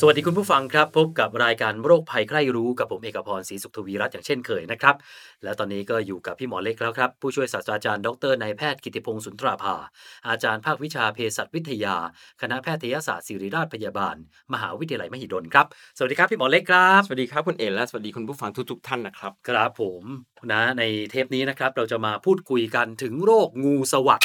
สวัสดีคุณผู้ฟังครับ พบกับรายการโรคภัยใครรู้กับผมเอกพรศรีสุขทวีรัตน์อย่างเช่นเคยนะครับ และตอนนี้ก็อยู่กับพี่หมอเล็กแล้วครับ ผู้ช่วยศาสตราจารย์ดรนายแพทย์กิติพงศ์สุนทราภา อาจารย์ภาควิชาเภสัชวิทยา คณะแพทยศาสตร์ศิริราชพยาบาล มหาวิทยาลัยมหิดลครับ สวัสดีครับพี่หมอเล็กครับ สวัสดีครับคุณเอและสวัสดีคุณผู้ฟังทุกๆท่านนะครับ ครับผมนะในเทปนี้นะครับเราจะมาพูดคุยกันถึงโรคงูสวัสด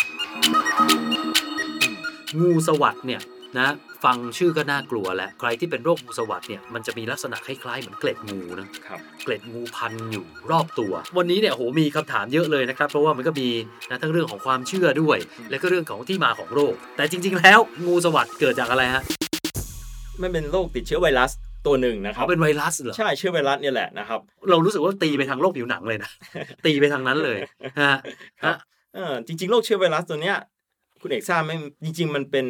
งูสวัสดเนี่ยนะฟังชื่อก็น่ากลัวแหละใครที่เป็นโรคงูสวัสดเนี่ยมันจะมีลักษณะคล้ายๆเหมือนเกล็ดงูนะครับ เกล็ดงูพันอยู่รอบตัว วันนี้เนี่ยโหมีคำถามเยอะเลยนะครับ เพราะว่ามันก็มีนะทั้งเรื่องของความเชื่อด้วย และก็เรื่องของที่มาของโรค แต่จริง ๆ แล้วงูสวัสดเกิดจากอะไรฮะ มันเป็นโรคติดเชื้อไวรัสตัวหนึ่งนะครั เขา บ เป็นไวรัสเหรอ ใช่เชื้อไวรัสเนี่ยแหละนะครับ เรารู้สึกว่าตีไปทางโรคผิวหนังเลยนะ ตีไปทางนั้นเลยฮะ ครับ ฮะ เออจริงๆโรคเชื้อไวรัสตัวเนี้ยคุณเอกทราบไหมจริง ๆ มันเป็น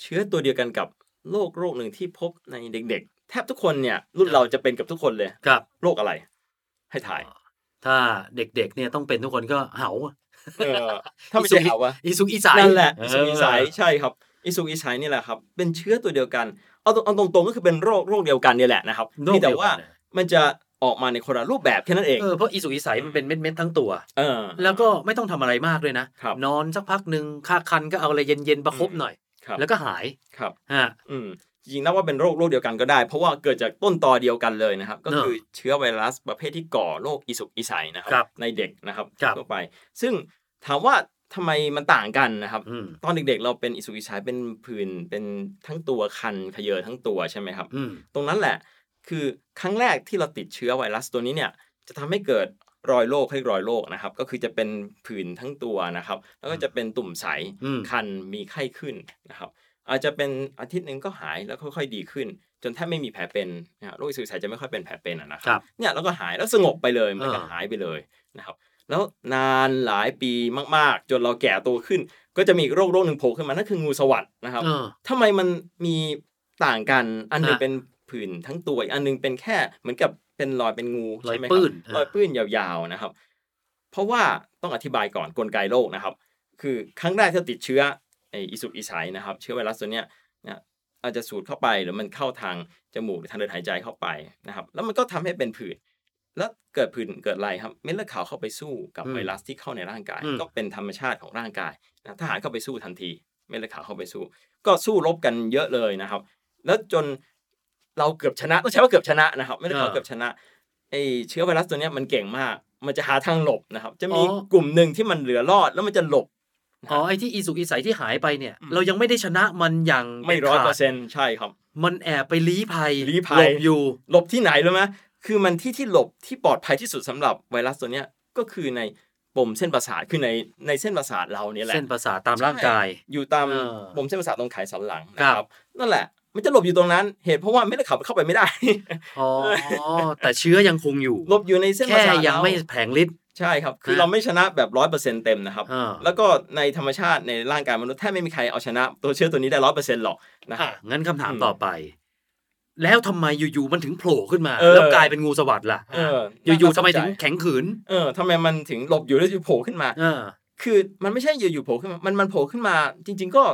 เชื้อตัวเดียวกันกับโรคโรคหนึ่งที่พบในเด็ก ๆ แทบทุกคนเนี่ยรุ่นเราจะเป็นกับทุกคนเลย ครับ โรคอะไร ให้ถ่าย ถ้าเด็กๆ เนี่ยต้องเป็นทุกคนก็เหา เออถ้าไม่ใช่เหาวะ อีสุกอีใส นั่นแหละอิสุก เ อิไซใช่ครับอิสุกอิไซนี่แหละครับ เป็นเชื้อตัวเดียวกันเอาตรงเอาตรงๆก็คือเป็นโรคโรคเดียวกันเนี่ยแหละนะครับ โรคเดีเพียยวกันงแต่ว่ามันจะออกมาในคนละรูปแบบแค่นั้นเอง เออเพราะอีสุกอีใสมันเป็นเม็ดๆทั้งตัว เออ แล้วก็ไม่ต้องทำอะไรมากด้วยนะ ครับ นอนสักพักหนึ่งค่าคันก็เอาอะไรเย็นๆประคบหน่อย ครับ แล้วก็หาย ครับ ฮะ อืมจริงๆนับว่าเป็นโรคโรคเดียวกันก็ได้ เพราะว่าเกิดจากต้นตอเดียวกันเลยนะครับ ก็ เนอะ คือเชื้อไวรัสประเภทที่ก่อโรคอิสุกอิไซนะครั ครับ ในเด็กนะครับ ครับ ทั่วไป ซึ่งถามว่าทำไมมันต่างกันนะครับ อืม ตอนเด็กๆ เราเป็นอิสุกอิไซเป็นผื่นเป็นทั้งตัวคันขยเยอทั้งตัวใช่ไหมครับ อืม ตรงนั้นแหละคือครั้งแรกที่เราติดเชื้อไวรัสตัวนี้เนี่ยจะทำให้เกิดรอยโรคเรียกรอยโรคนะครับ ก็คือจะเป็นผื่นทั้งตัวนะครับ แล้วก็จะเป็นตุ่มใส อืม คันมีไข้ขึ้นนะครับอาจจะเป็นอาทิตย์หนึ่งก็หายแล้วค่อยๆดีขึ้น จนแทบไม่มีแผลเป็นนะฮะโรคสื่อสายจะไม่ค่อยเป็นแผลเป็นอะนะค ครับ รับ เนี่ยแล้วก็หายแล้วสงบไปเลยมันก็ เออ หายไปเลยนะครับ แล้วนานหลายปีมากๆ จนเราแก่ตัวขึ้น ก็จะมีอีกโรคโรคหนึ่งโผล่ขึ้นมานั่นคืองูสวัสด์นะครับ เออ ทำไมมันมีต่างกัน อันหนึง ฮะ เป็นผื่นทั้งตัวอีกอันหนึงเป็นแค่เหมือนกับเป็นรอยเป็นงู รอย ใช่ไหม ปื้ ครับ นอ่าร อยปื้นยาวๆนะครับ เพราะว่าต้องอธิบายก่อนกลไกโรคนะครับ คือครั้งแรกที่ติดเชื้อไออิสุกอิไสนะครับ เชื้อไวรัสตัวเนี้ยนะอาจจะสูดเข้าไปหรือมันเข้าทางจมูกหรือทางเดินหายใจเข้าไปนะครับ แล้วมันก็ทำให้เป็นผื่นแล้วเกิดผื่นเกิดอะไรครับเม็ดเลือดขาวเข้าไปสู้กับ อืม ไวรัสที่เข้าในร่างกาย อืม ก็เป็นธรรมชาติของร่างกายนะทหารเข้าไปสู้ทันทีเม็ดเลือดขาวเข้าไปสู้ ก็สู้รบกันเยอะเลยนะครับ แล้วจนเราเกือบชนะต้องใช้ว่าเกือบชนะนะครับ ไม่ได้เขา อ่า เกือบชนะไอเชื้อไวรัสตัวเนี้ยมันเก่งมาก มันจะหาทางหลบนะครับ จะมี อ๋อ กลุ่มหนึ่งที่มันเหลือรอดแล้วมันจะหลบ อ๋อไอ้ที่อีสุกอีใสที่หายไปเนี่ย อืม เรายังไม่ได้ชนะมันอย่าง ไม่ร้อยเปอร์ ขาด เซ็นต์ใช่ครับ มันแอบไปลี้ภัย ลี้ภัย หลบอยู่ หลบที่ไหนรู้ไหมคือมันที่ที่หลบที่ปลอดภัยที่สุดสำหรับไวรัสตัวเนี้ยก็คือในปมเส้นประสาทคือในในเส้นประสาทเราเนี่ยแหละ เส้นประสาทตามร่างกาย อยู่ตาม เออ ปมเส้นประสาทตรงไขสันหลังนะคครั รับ บ นั่นแหละ มันจะหลบอยู่ตรงนั้น เหตุเพราะว่าไม่ได้ขับเข้าไปไม่ได้ อ๋อ แต่เชื้อยังคงอยู่ หลบอยู่ในเส้นประ แค่ สาท ยัง เรา ไม่แผลงฤทธิ์ ใช่ครับ คือ ฮะ เราไม่ชนะแบบร้อยเปอร์เซ็นเต็มนะครับ อ่า แล้วก็ในธรรมชาติในร่างกายมนุษย์แทบไม่มีใครเอาชนะ ตัวเชื้อตัวนี้ได้ร้อยเปอร์เซ็นหรอกนะครับ อ่ะงั้นคำถาม อืม ต่อไป แล้วทำไมอยู่ๆมันถึงโผล่ขึ้นมา เออ แล้วกลายเป็นงูสวัสด์ล่ะ เออ อ น่า ยู่ๆทำไมถึ น่าง สนใจ แข็งขืน เออทำไมมันถึงหลบอยู่แล้วอยู่โผล่ขึ้นมา เออ คือมันไม่ใช่อยู่ๆโผล่ขึ้นมา มันมันโผล่ขึ้นมา จริง ๆ ก็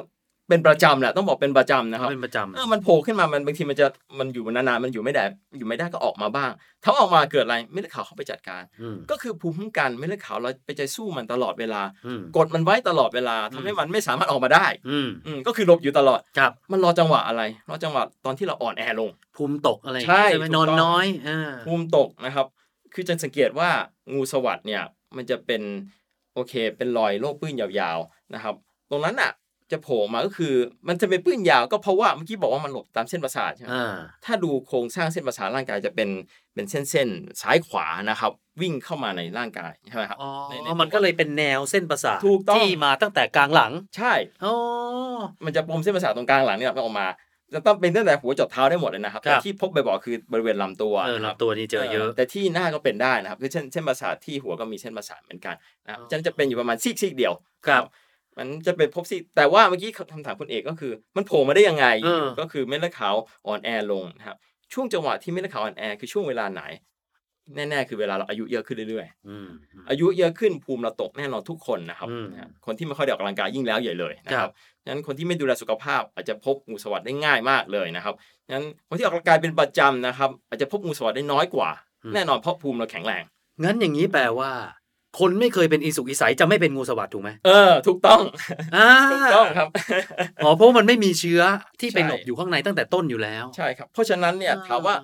เป็นประจำแหละต้องบอกเป็นประจำนะครับ เป็นประจำ เออมันโผล่ขึ้นมา มันบางทีมันจะมันอยู่นานๆ มันอยู่ไม่ได้ อยู่ไม่ได้ก็ออกมาบ้าง ถ้าออกมาเกิดอะไรเม็ดเลือดขาวเข้าไปจัดการ ม ก็คือภูมิคุ้มกันเม็ดเลือดขาวเราไปใจสู้มันตลอดเวลา อืม กดมันไว้ตลอดเวลาทำให้ อืม มันไม่สามารถออกมาได้ อืม อืมก็คือหลบอยู่ตลอด ครับ มันรอจังหวะอะไร รอจังหวะตอนที่เราอ่อนแอลง ภูมิตกอะไร ใช่ ไหม ถูก น ต้ อ อน ง น้อยอ่า ภูมิตกนะครับ คือจะสังเกตว่างูสวัสด์เนี่ย มันจะเป็นโอเค เป็นรอยโรคปื้นยาวๆนะครับ ตรงนั้นอ่ะ จะโผล่มาก็คือ มันจะเป็นปื้นยาวก็เพราะว่าเมื่อกี้บอกว่ามันหลบตามเส้นประสาทใช่ไหม อ่า ถ้าดูโครงสร้างเส้นประสาทร่างกายจะเป็นเป็นเส้นๆซ้ายขวานะครับ วิ่งเข้ามาในร่างกายใช่ไหมครับ อ๋อ ในใน มันก็เลยเป็นแนวเส้นประสาท ถูกต้อง ที่มาตั้งแต่กลางหลัง ใช่ อ๋อ มันจะปมเส้นประสาทตรงกลางหลังเนี่ยมันออกมาจะต้องเป็นตั้งแต่หัวจดเท้าได้หมดเลยนะครับ ครับ แต่ที่พบบ่อยๆคือบริเวณลำตัว เออ นะครับ ลำตัวนี่เจอเยอะ แต่ที่หน้าก็เป็นได้นะครับคือเช่นเส้นประสาทที่หัวก็มีเส้นประสาทเหมือนกันนะครับ อ๋อ ฉะนันจะเป็นอยู่ประมาณซีกๆเดียว ครับ มันจะเป็นพบซีแต่ว่าเมื่อกี้คำถามคุณเอกก็คือ มันโผล่มาได้ยังไง เออ ก็คือเม็ดเลือดขาวอ่อนแอลงนะครับช่วงจังหวะที่เม็ดเลือดขาวอ่อนแอคือช่วงเวลาไหน แน่ๆ คือเวลาเราอายุเยอะขึ้นเรื่อย อืม ๆ อายุเยอะขึ้นภูมิเราตกแน่นอนทุกคนนะครับ อืม นะครับคนที่ไม่ค่อยได้ออกกำลังกายยิ่งแล้วใหญ่เลยนะค ครั รับบ ฉะนั้นคนที่ไม่ดูแลสุขภาพอาจจะพบงูสวัสดได้ง่ายมากเลยนะครับฉะนั้นคนที่ออกกำลังกายเป็นประจำนะครับ อาจจะพบงูสวัสดได้น้อยกว่า แน่นอนเพราะภูมิเราแข็งแรง งั้นอย่างนี้แปลว่า คนไม่เคยเป็นอีสุกอีใสจะไม่เป็นงูสวัสดถูกไหม เออ ถูกต้อง อ่า ถูกต้องครับ อ๋อเพราะมันไม่มีเชื้อที่ไป ใช่ หลบอยู่ข้างในตั้งแต่ต้นอยู่แล้ว ใช่ครับ เพราะฉะนั้นเนี่ย อ่า ถามว่า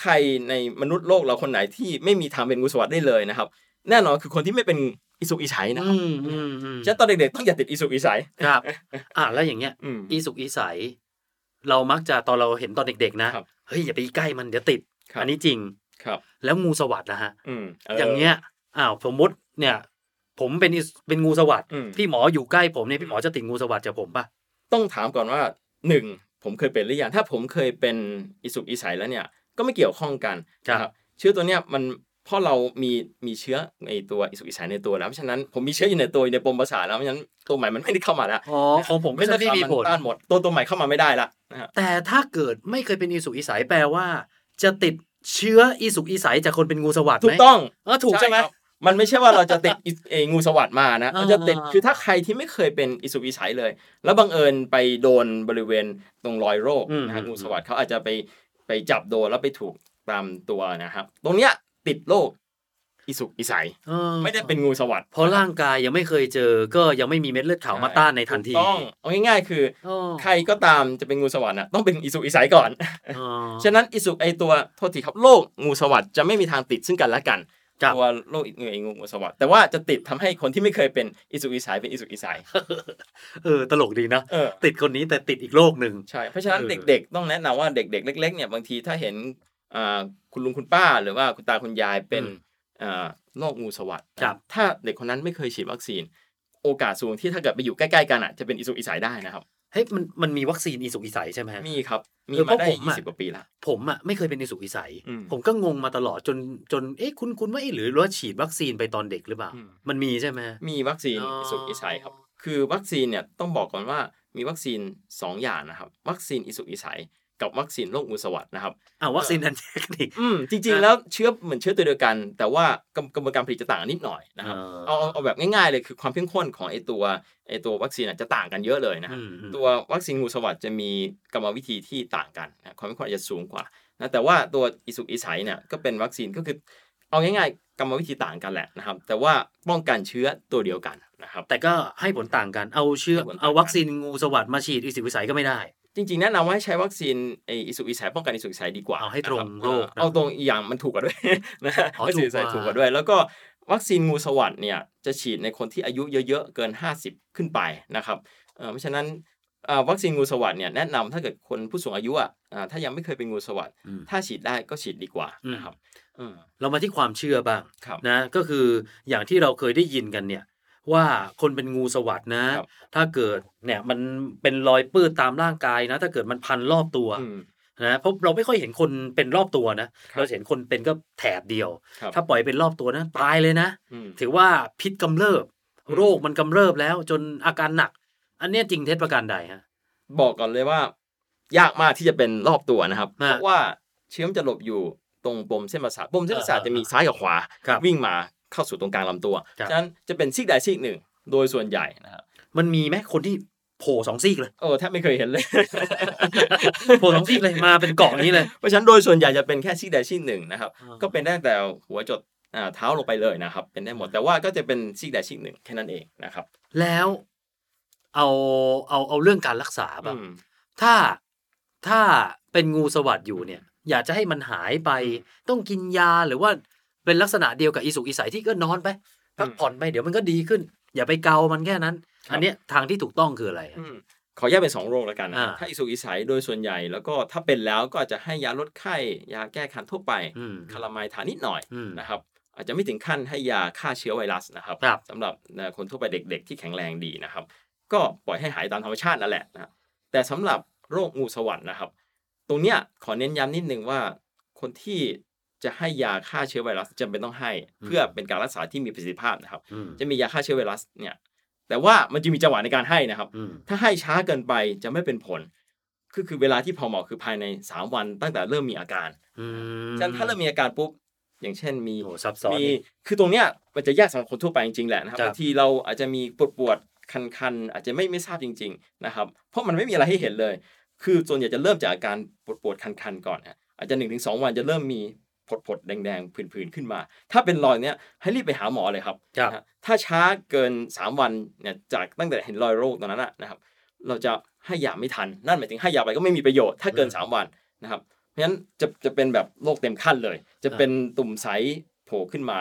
ใครในมนุษย์โลกเราคนไหนที่ไม่มีทางเป็นงูสวัสดได้เลยนะครับ แน่นอนคือคนที่ไม่เป็นอิสุกอิชัยนะค อื รับ มอืมอืม ฉะนั้นตอนเด็กๆต้องอย่าติดอิสุกอิชัย ครับ อ่าแล้วอย่างเงี้ย อืม อีสุกอีใส เรามักจะตอนเราเห็นตอนเด็กๆ นะครับ เฮ้ยอย่าไปใกล้มันเดี๋ยวติด ครับ อันนี้จริง ครับ แล้วงูสวัสด์นะฮะ อืม อย่างเงี้ยอ้าวสมมติเนี่ย ผมเป็นอีเป็นงูสวัสด์ อืม พี่หมออยู่ใกล้ผมเนี่ยพี่หมอจะติดงูสวัสด์จากผมปะ ต้องถามก่อนว่าหนึ่งผมเคยเป็นหรือยังถ้าผมเคยเป็นอิสุกอิชัยแล้วเนี่ยก็ไม่เกี่ยวข้องกันนะเชื้อตัวเนี้ยมันเพราะเรามีมีเชื้อในตัวอิสุกอิชัยในตัวแล้วเพราะฉะนั้นผมมีเชื้ออยู่ในตัวอยู่ในปมประสาทแล้วเพราะฉะนั้นตัวใหม่มันไม่ได้เข้ามาแล้ว อ๋อของผมก็ ไม่ จะ ได้ ไม่มีผล ต้านหมดตัวตัวใหม่เข้ามาไม่ได้ละนะฮะ แต่ถ้าเกิดไม่เคยเป็นอีสุกอีใสแปลว่า จะติดเชื้ออีสุกอีใสจากคนเป็นงูสวัสด์ไหม ถูกต้อง เออถูกใช่ไหม ครับมันไม่ใช่ ว่าเราจะติดอิเองูสวัสดมานะ อ่า เราจะติดคือถ้าใครที่ไม่เคยเป็นอิสุกอิสัยเลย แล้วบังเอิญไปโดนบริเวณตรงรอยโรค อืม นะฮะ อืม งูสวัสดเขาอาจจะไปไปจับโดนแล้วไปถูกตามตัวนะครับ ตรงเนี้ยติดโรคอิสุกอิสัย เออ ไม่ได้เป็นงูสวัสด เพราะร่างกายยังไม่เคยเจอ ก็ยังไม่มีเม็ดเลือดขาวมาต้านในทันที ถูกต้องเอาง่ายๆ คือ อ๋อ ใครก็ตามจะเป็นงูสวัสดน่ะต้องเป็นอิสุกอิสัยก่อน อ๋อ ฉะนั้นอิสุกไอตัวโทษทีครับโรคงูสวัสด์จะไม่มีทางติดซึ่งกันและกัน ครับ ตัวโรคเงยงูสวัสด์แต่ว่าจะติดทำให้คนที่ไม่เคยเป็นอิสุกอิสายเป็นอิสุกอิสาย เออตลกดีนะ เออ ติดคนนี้แต่ติดอีกโรคหนึ่ง ใช่เพราะฉะนั้น เออ เด็กๆ ต้องแนะนำว่าเด็ก ๆ เล็ก ๆเนี่ยบางทีถ้าเห็นอ่าคุณลุงคุณป้า หรือว่าคุณตาคุณยายเป็นอ่าโรคงูสวัสด์ ครับ ถ้าเด็กคนนั้นไม่เคยฉีดวัคซีน โอกาสสูงที่ถ้าเกิดไปอยู่ใกล้ๆกันอ่ะจะเป็นอิสุกอิสายได้นะครับ เฮ้ยมันมันมีวัคซีนอีสุกอีใสใช่ไหมฮะ มีครับมี เออมาเพราะ ได้ ผม ยี่ อะ สิบกว่าปีละ ผมอ่ะไม่เคยเป็นอีสุกอีใส อืม ผมก็งงมาตลอดจนจนเอ๊ะคุณคุณว่าเอ๊ะหรือว่าฉีดวัคซีนไปตอนเด็กหรือเปล่า อืม มันมีใช่ไหม มีวัคซีน อ๋ออิ อิสุกอิสัยครับ คือวัคซีนเนี่ยต้องบอกก่อนว่ามีวัคซีน 2 อย่างนะครับ วัคซีนอิสุกอิสัยกับวัคซีนโรคอุสวัสดนะครับ อ่าวัคซีนนันเทคนิค อืมจริงๆฮะแล้วเชื้อเหมือนเชื้อตัวเดียวกัน แต่ว่ากระกระบวนการผลิตจะต่างกันนิดหน่อยนะครับ อ่า เอาเอาเอาแบบง่ายๆเลยคือความเข้มข้นของไอตัวไอตัววัคซีนอะจะต่างกันเยอะเลยนะครับ อืมอืม ตัววัคซีนงูสวัสด์จะมีกรรมวิธีที่ต่างกันนะความเข้มข้นอาจจะสูงกว่านะแต่ว่าตัวอิสุกอิสัยเนี่ยก็เป็นวัคซีนก็คือเอาง่ายๆ กรรมวิธีต่างกันแหละนะครับ แต่ว่าป้องกันเชื้อตัวเดียวกันนะครับ แต่ก็ให้ผลต่างกันเอาเชื้อ ให้ผลต่างกัน เอาวัคซีนงูสวัสดมาฉีดอีสุกอีใสก็ไม่ได้ จริงๆแนะนำว่าให้ใช้วัคซีนไออิสุกอิสัยป้องกันอิสุกอิสัยดีกว่า เอาให้ตรง นะบ โรเออคเอาตรงอีกอย่างมันถูกกว่าด้วย นะ อ๋อ วัคซีนอิสุกอิสัย ถู ถู ก ก ก ก ว่า ว่าด้วย แล้วก็วัคซีนงูสวัสด์เนี่ยจะฉีดในคนที่อายุเยอะๆเกิน 50 ขึ้นไปนะครับเอ่อเพราะฉะนั้นเอ่อวัคซีนงูสวัสด์เนี่ยแนะนำถ้าเกิดคนผู้สูงอายุอ่ะอ่าถ้ายังไม่เคยเป็นงูสวัสด์ อืม ถ้าฉีดได้ก็ฉีดดีกว่า อืม นะครับอืม เรามาที่ความเชื่อบ้าง ครับ นะ ก็คืออย่างที่เราเคยได้ยินกันเนี่ย ว่าคนเป็นงูสวัสดนะ ครับ ถ้าเกิดเนี่ยมันเป็นรอยปื้ดตามร่างกายนะ ถ้าเกิดมันพันรอบตัว อืม นะเพราะเราไม่ค่อยเห็นคนเป็นรอบตัวนะ ครับ เราจะเห็นคนเป็นก็แถบเดียว ครับ ถ้าปล่อยเป็นรอบตัวนะตายเลยนะ อืม ถือว่าพิษกำเริบ อืม โรคมันกำเริบแล้วจนอาการหนัก อันเนี้ยจริงเท็จประการใดฮะ บอกก่อนเลยว่า ยากมากที่จะเป็นรอบตัวนะครับ ฮะ เพราะว่าเชื้อมนจะหลบอยู่ตรงปมเส้นประสาทปมเส้นประสาท เออ จะมีซ้ายกับขวา ครับ วิ่งมาเข้าสู่ตรงกลางลำตัว ครับ ฉะนั้นจะเป็นซีกใดซีกหนึ่ง โดยส่วนใหญ่นะครับ มันมีไหมคนที่โผล่สองซีกเลย โอ้แทบไม่เคยเห็นเลย โผล่สองซีกเลยมาเป็นเกาะอย่างนี้เลย เพราะฉะนั้นโดยส่วนใหญ่จะเป็นแค่ซีกใดซีกหนึ่งนะครับ อ่า ก็เป็นได้ตั้งแต่หัวจดอ่าเท้าลงไปเลยนะครับ เป็นได้หมดแต่ว่าก็จะเป็นซีกใดซีกหนึ่งแค่นั้นเองนะครับ แล้วเอาเอาเอาเรื่องการรักษาบ้าง อืม ถ้าถ้าเป็นงูสวัสดอยู่เนี่ย อยากจะให้มันหายไปต้องกินยาหรือว่าเป็นลักษณะเดียวกับอีสุกอีใสที่ก็นอนไปพักผ่อนไปเดี๋ยวมันก็ดีขึ้น อย่าไปเกามันแค่นั้น ครับ อันเนี้ยทางที่ถูกต้องคืออะไรอะ อืมขอแยกเป็นสองโรคแล้วกันนะ อ่า ถ้าอิสุกอิสัยโดยส่วนใหญ่แล้วก็ถ้าเป็นแล้วก็อาจจะให้ยาลดไข้ยาแก้คันทั่วไป อืม คาราไมายทานนิดหน่อย อืม นะครับ อาจจะไม่ถึงขั้นให้ยาฆ่าเชื้อไวรัสนะครับ ครับ สำหรับเอ่อคนทั่วไปเด็ก ๆ ที่แข็งแรงดีนะครับ ก็ปล่อยให้หายตามธรรมชาตินั่นแหละนะแต่สำหรับโรคงูสวัสดนะครับ ตรงเนี้ยขอเน้นย้ำนิดนึงว่า คนที่จะให้ยาฆ่าเชื้อไวรัสจำเป็นต้องให้ เพื่อเป็นการรักษาที่มีประสิทธิภาพนะครับ อืม จะมียาฆ่าเชื้อไวรัสเนี่ย แต่ว่ามันจะมีจังหวะในการให้นะครับ อืม ถ้าให้ช้าเกินไปจะไม่เป็นผล คือคือเวลาที่พอเหมาะคือภายใน 3 วันตั้งแต่เริ่มมีอาการ อืม ฉะนั้นถ้าเริ่มมีอาการปุ๊บ อย่างเช่นมี โอ้ซับซ้อน มี อีก คือตรงเนี้ยมันจะแยกสำหรับคนทั่วไปจริงๆแหละนะครับ ครับ บางทีเราอาจจะมีปวดปวดๆคันๆอาจจะไม่ไม่ทราบจริง ๆนะครับ เพราะมันไม่มีอะไรให้เห็นเลย คือส่วนใหญ่จะเริ่มจากอาการปวดปวดๆคันๆก่อนนะอาจจะหนึ่งถึงสองวันจะเริ่มมีผดผดๆแดงๆผื่นๆขึ้นมา ถ้าเป็นรอยเนี้ยให้รีบไปหาหมอเลยครับ ครับ นะฮะถ้าช้าเกิน 3 วันเนี่ยจากตั้งแต่เห็นรอยโรคตอนนั้นอะนะครับ เราจะให้ยาไม่ทันนั่นหมายถึงให้ยาไปก็ไม่มีประโยชน์ถ้าเกิน อืม 3 วันนะครับ เพราะฉะนั้นจะจะเป็นแบบโรคเต็มขั้นเลย จะเป็นตุ่มใสโผล่ขึ้นมา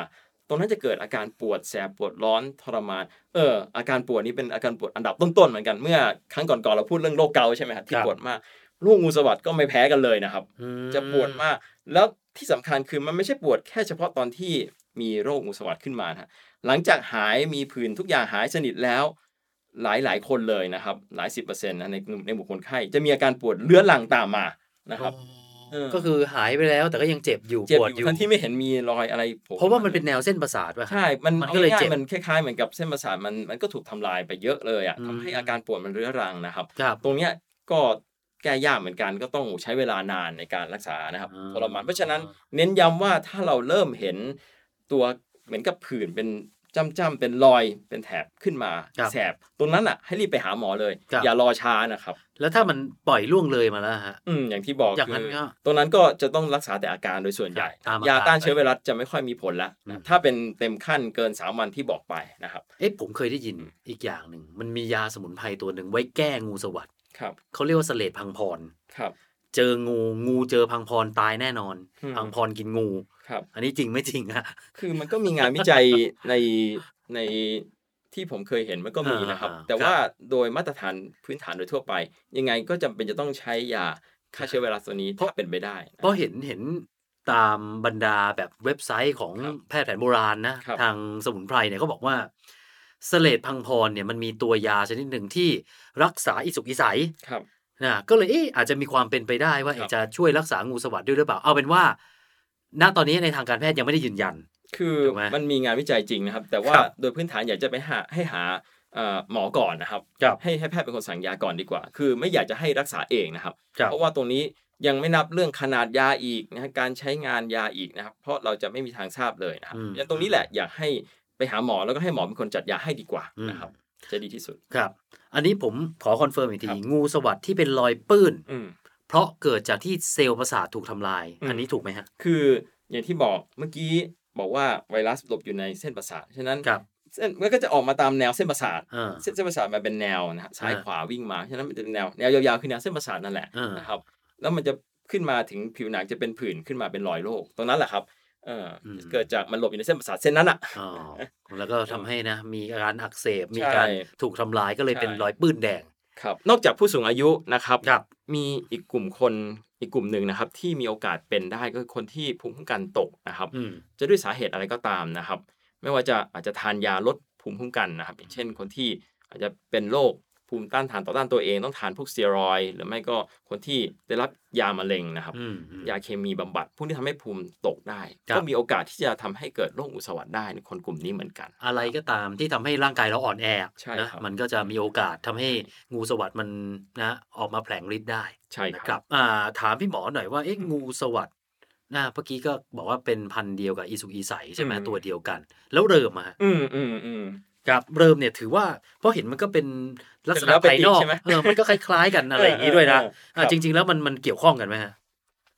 ตรงนั้นจะเกิดอาการปวดแสบปวดร้อนทรมาน เอออาการปวดนี้เป็นอาการปวดอันดับต้นๆเหมือนกันเมื่อครั้งก่อนๆเราพูดเรื่องโรคเกาต์ใช่ไหมครับ ค ที่ รับ ปวดมากโรคงูสวัสด์ก็ไม่แพ้กันเลยนะครับ อืม จะปวดมาก แล้วที่สำคัญคือมันไม่ใช่ปวดแค่เฉพาะตอนที่มีโรคงูสวัสด์ขึ้นมานะฮะหลังจากหายมีผื่นทุกอย่างหายสนิทแล้ว หลายหลายๆคนเลยนะครับ หลายสิบเปอร์เซ็นต์นะในกลุ่มในหมู่คนไข้จะมีอาการปวดเรื้อรังตามมานะครับ เออ ก็คือหายไปแล้วแต่ก็ยังเจ็บอยู่ เจ็บ ปวด อ อยู่ ยู่ทั้งที่ไม่เห็นมีรอยอะไรโผล่ เพราะว่ามันเป็นแนวเส้นประสาทว่ะ ใช่ มัน มัน อา ก็เลย ง่า เจ็บ มันคล้ายๆเหมือนกับเส้นประสาทมันมันก็ถูกทำลายไปเยอะเลยอ่ะ อืม ทำให้อาการปวดมันเรื้อรังนะครับ ครับ ตรงเนี้ยก็แก้ยากเหมือนกันก็ต้องใช้เวลานานในการรักษานะครับ อ่า ทรมานเพราะฉะนั้นเน้นย้ำว่าถ้าเราเริ่มเห็นตัวเหมือนกับผื่นเป็นจ้ำๆเป็นรอยเป็นแถบขึ้นมา ครับ แสบตรงนั้นอ่ะให้รีบไปหาหมอเลย ครับ อย่ารอช้านะครับ แล้วถ้ามันปล่อยล่วงเลยมาแล้วฮะ อืมอย่างที่บอก อย่างนั้น คื ก็ ตรงนั้นก็จะต้องรักษาแต่อาการโดยส่วนใหญ่ ตามอาการ ยาต้านเชื้อไวรัสจะไม่ค่อยมีผลละ อืม ถ้าเป็นเต็มขั้นเกิน 3 วันที่บอกไปนะครับ เอ๊ะผมเคยได้ยินอีกอย่างหนึ่ง มันมียาสมุนไพรตัวหนึ่งไว้แก้งูสวัสด์ ครับ เขาเรียกว่าเสลดพังพร ครับ เจองูงูเจอพังพรตายแน่นอน อืม พังพรกินงู ครับ อันนี้จริงไม่จริงฮะ คือมันก็มีงานวิจั ย ในในที่ผมเคยเห็นมันก็มี อ่า นะครับ อ่า แต่ ครับ ว่าโดยมาตรฐานพื้นฐานโดยทั่วไป ยังไงก็จำเป็นจะต้องใช้ยาฆ่าเชื้อไวรัสตัวนี้ เพราะ ถ้าเป็นไปได้นะ เพราะเห็นเห็นตามบรรดาแบบเว็บไซต์ของ ครับ แพทย์แผนโบราณนะ ครับ ทางสมุนไพรเนี่ยเขาบอกว่าเสลดพังพรเนี่ยมันมีตัวยาชนิดหนึ่งที่รักษาอิสุกอิสัย ครับ นะก็เลยเอ๊ะอาจจะมีความเป็นไปได้ว่า ครับ เอ๊ะจะช่วยรักษางูสวัสด์ด้วยหรือเปล่า เอาเป็นว่า ณตอนนี้ในทางการแพทย์ยังไม่ได้ยืนยัน คือ ถูกไหม มันมีงานวิจัยจริงนะครับ แต่ว่า ครับ โดยพื้นฐานอยากจะไปหาให้หาเอ่อหมอก่อนนะครับ ครับ ให้ให้แพทย์เป็นคนสั่งยาก่อนดีกว่า คือไม่อยากจะให้รักษาเองนะครับ ครับ เพราะว่าตรงนี้ยังไม่นับเรื่องขนาดยาอีกนะฮะการใช้งานยาอีกนะครับ เพราะเราจะไม่มีทางทราบเลยนะครับ อืม อย่างตรงนี้แหละอยากให้ไปหาหมอแล้วก็ให้หมอเป็นคนจัดยาให้ดีกว่านะครับ จะดีที่สุด ครับ อันนี้ผมขอคอนเฟิร์มอีกที ครับ งูสวัสด์ที่เป็นรอยปื้น อืม เพราะเกิดจากที่เซลล์ประสาทถูกทำลาย อืม อันนี้ถูกไหมฮะ คืออย่างที่บอกเมื่อกี้บอกว่าไวรัสหลบอยู่ในเส้นประสาทฉะนั้น ครับ เส้นมันก็จะออกมาตามแนวเส้นประสาท เอ อ เส้นเส้นประสาทมันเป็นแนวนะฮะซ้าย อ่า ขวาวิ่งมาฉะนั้นมันจะเป็นแนวแนวยาวๆคือแนวเส้นประสาทนั่นแหละ อ่าน นะครับแล้วมันจะขึ้นมาถึงผิวหนังจะเป็นผื่นขึ้นมาเป็นรอยโรคตรงนั้นแหละครับเอออ ม เกิดจากมันหลบอยู่ในเส้นประสาทเส้นนั้นอ่ะ อ๋อแล้วก็ทำให้นะ มีอาการอักเสบ มี ใช่ การถูกทำลายก็เลย ใช่ เป็นรอยปื้นแดง ครับนอกจากผู้สูงอายุนะครับ ครับ มีอีกกลุ่มคนอีกกลุ่มหนึ่งนะครับ ที่มีโอกาสเป็นได้ก็คือคนที่ภูมิคุ้มกันตกนะครับ อืม จะด้วยสาเหตุอะไรก็ตามนะครับ ไม่ว่าจะอาจจะทานยาลดภูมิคุ้มกันนะครับ อย่างเช่นคนที่อาจจะเป็นโรคภูมิต้านทานต่อต้านตัวเองต้องทานพวกสเตียรอยด์หรือไม่ก็คนที่ได้รับยามะเร็งนะครับ อืม ยาเคมีบำบัด พวกที่ทำให้ภูมิตกได้ ครับ ก็มีโอกาสที่จะทำให้เกิดโรคอุสวัสดได้ในคนกลุ่มนี้เหมือนกัน อะไรก็ตามที่ทำให้ร่างกายเราอ่อนแอ ใช่ นะครับ มันก็จะมีโอกาสทำให้งูสวัสด์มันนะออกมาแผลงฤทธิ์ได้ ใช่ นะค ค รั รั บบ อ่าถามพี่หมอหน่อยว่าเอ๊ะงูสวัสด์นะเมื่อกี้ก็บอกว่าเป็นพันธุ์เดียวกับอีสุกอีใสใช่ไหม อืม ตัวเดียวกัน แล้วเริ่มอะฮะ อืมอืมอืม ครับเริ่มเนี่ยถือว่าเพราะเห็นมันก็เป็นลักษ เป็นแล้ ณะ วเป็น ภายนอก อีกใช่ไหม เออมันก็คล้ายๆ กันอะไรอย่างนี้ด้วยนะ เออเออเออ อ่ะ ครับ จริง ๆ แล้วมันมันเกี่ยวข้องกันไหมฮะ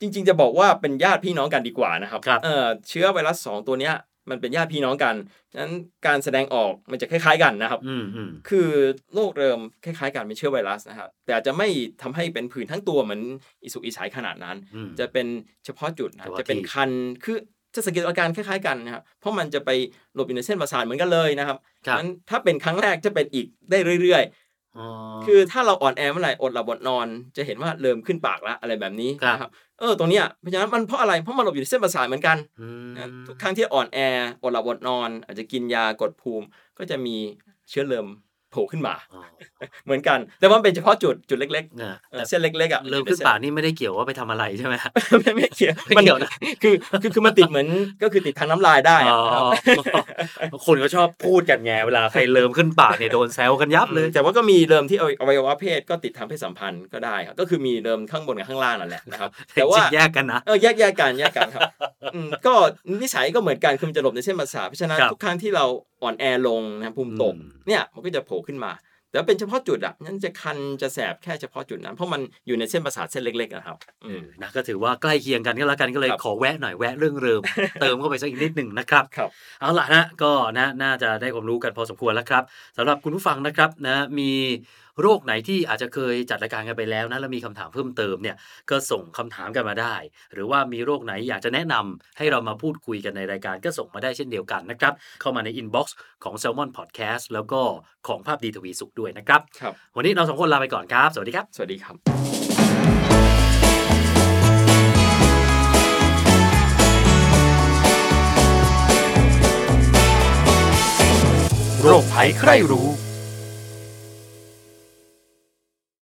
จริงๆจะบอกว่าเป็นญาติพี่น้องกันดีกว่านะครับ ครับ เอ่อเชื้อไวรัสสองตัวเนี้ยมันเป็นญาติพี่น้องกันฉะนั้นการแสดงออกมันจะคล้าย ๆ กันนะครับ อืมอืม คือโรคเริมคล้ายๆกันเป็นเชื้อไวรัสนะครับแต่อาจจะไม่ทำให้เป็นผื่นทั้งตัวเหมือนอิสุกอิสายขนาดนั้น อืม จะเป็นเฉพาะจุดนะ เฉพาะ จะเป็น ที่ คันคือจะสังเกตอาการคล้ายๆกันนะครับเพราะมันจะไปหลบอยู่ในเส้นประสาทเหมือนกันเลยนะครับ ครับ นั้นถ้าเป็นครั้งแรกจะเป็นอีกได้เรื่อย อ๋อ ๆ คือถ้าเราอ่อนแอเมื่อไหร่อดหลับอดนอน จะเห็นว่าเริ่มขึ้นปากละอะไรแบบนี้ ครับ นะครับเออตรงเนี้ยเพราะฉะนั้นมันเพราะอะไรเพราะมันหลบอยู่ในเส้นประสาทเหมือนกัน ม นะทุกครั้งที่อ่อนแออดหลับอดนอน อาจจะกินยากดภูมิ ก็จะมีเชื้อเริม โผล่ขึ้นมา อ๋อ เหมือนกัน แต่ว่ามันเป็นเฉพาะจุดจุดเล็ก เนย ๆเอ่ แต่ อเส้นเล็กๆอ่ะ เริ่มขึ้นป่านี่ไม่ได้เกี่ยวว่าไปทำอะไรใช่ไหม ไม่ ไม่เกี่ยว ไม่เกี่ยวนะ คือคือคือมันติดเหมือนก็คือติดทางน้ำลายได้ อ๋ อะ อ นะครับ คนก็ชอบพูดกันไงเวลาใครเริ่มขึ้นป่าเนี่ยโดนแซวกันยับเลย แต่ว่าก็มีเริมที่อวัยอวัยวะเพศก็ติดทางเพศสัมพันธ์ก็ได้ครับก็คือมีเริมข้างบนกับข้างล่างนั่นแหละ นะครับ แต่ว่า จริงๆแยกกันนะ เออแยกแยกกันแยกกันครับอืมก็นิสัยก็เหมือนกันคือมันจะหลบในเส้นประสาทเพราะฉะนั้น ครับ ทุกครั้งที่เราอ่อนแอลงนะครับภูมิตก อืม เนี่ยมันก็จะโผล่ขึ้นมา แต่ว่าเป็นเฉพาะจุดอ่ะนั่นจะคันจะแสบแค่เฉพาะจุดนั้น เพราะมันอยู่ในเส้นประสาทเส้นเล็กๆนะครับอืม นะก็ถือว่าใกล้เคียงกันก็แล้วกันก็เลย ครับ ขอแวะหน่อยแวะเรื่องเริม เติมเข้าไปสักอีกนิดหนึ่งนะครับ ครับ เอาล่ะนะก็นะน่าจะได้ความรู้กันพอสมควรแล้วครับสำหรับคุณผู้ฟังนะครับนะมีโรคไหนที่อาจจะเคยจัดรายการกันไปแล้วนะแล้วมีคำถามเพิ่มเติมเนี่ยก็ส่งคำถามกันมาได้ หรือว่ามีโรคไหนอยากจะแนะนำให้เรามาพูดคุยกันในรายการก็ส่งมาได้เช่นเดียวกันนะครับเข้ามาในอินบ็อกซ์ของ s ซ l m o n Podcast แล้วก็ของภาพดีทวีสุขด้วยนะครับ ครับ วันนี้เราสองคนลาไปก่อนครับ สวัสดีครับ สวัสดีครับ โรคภัยใครรู้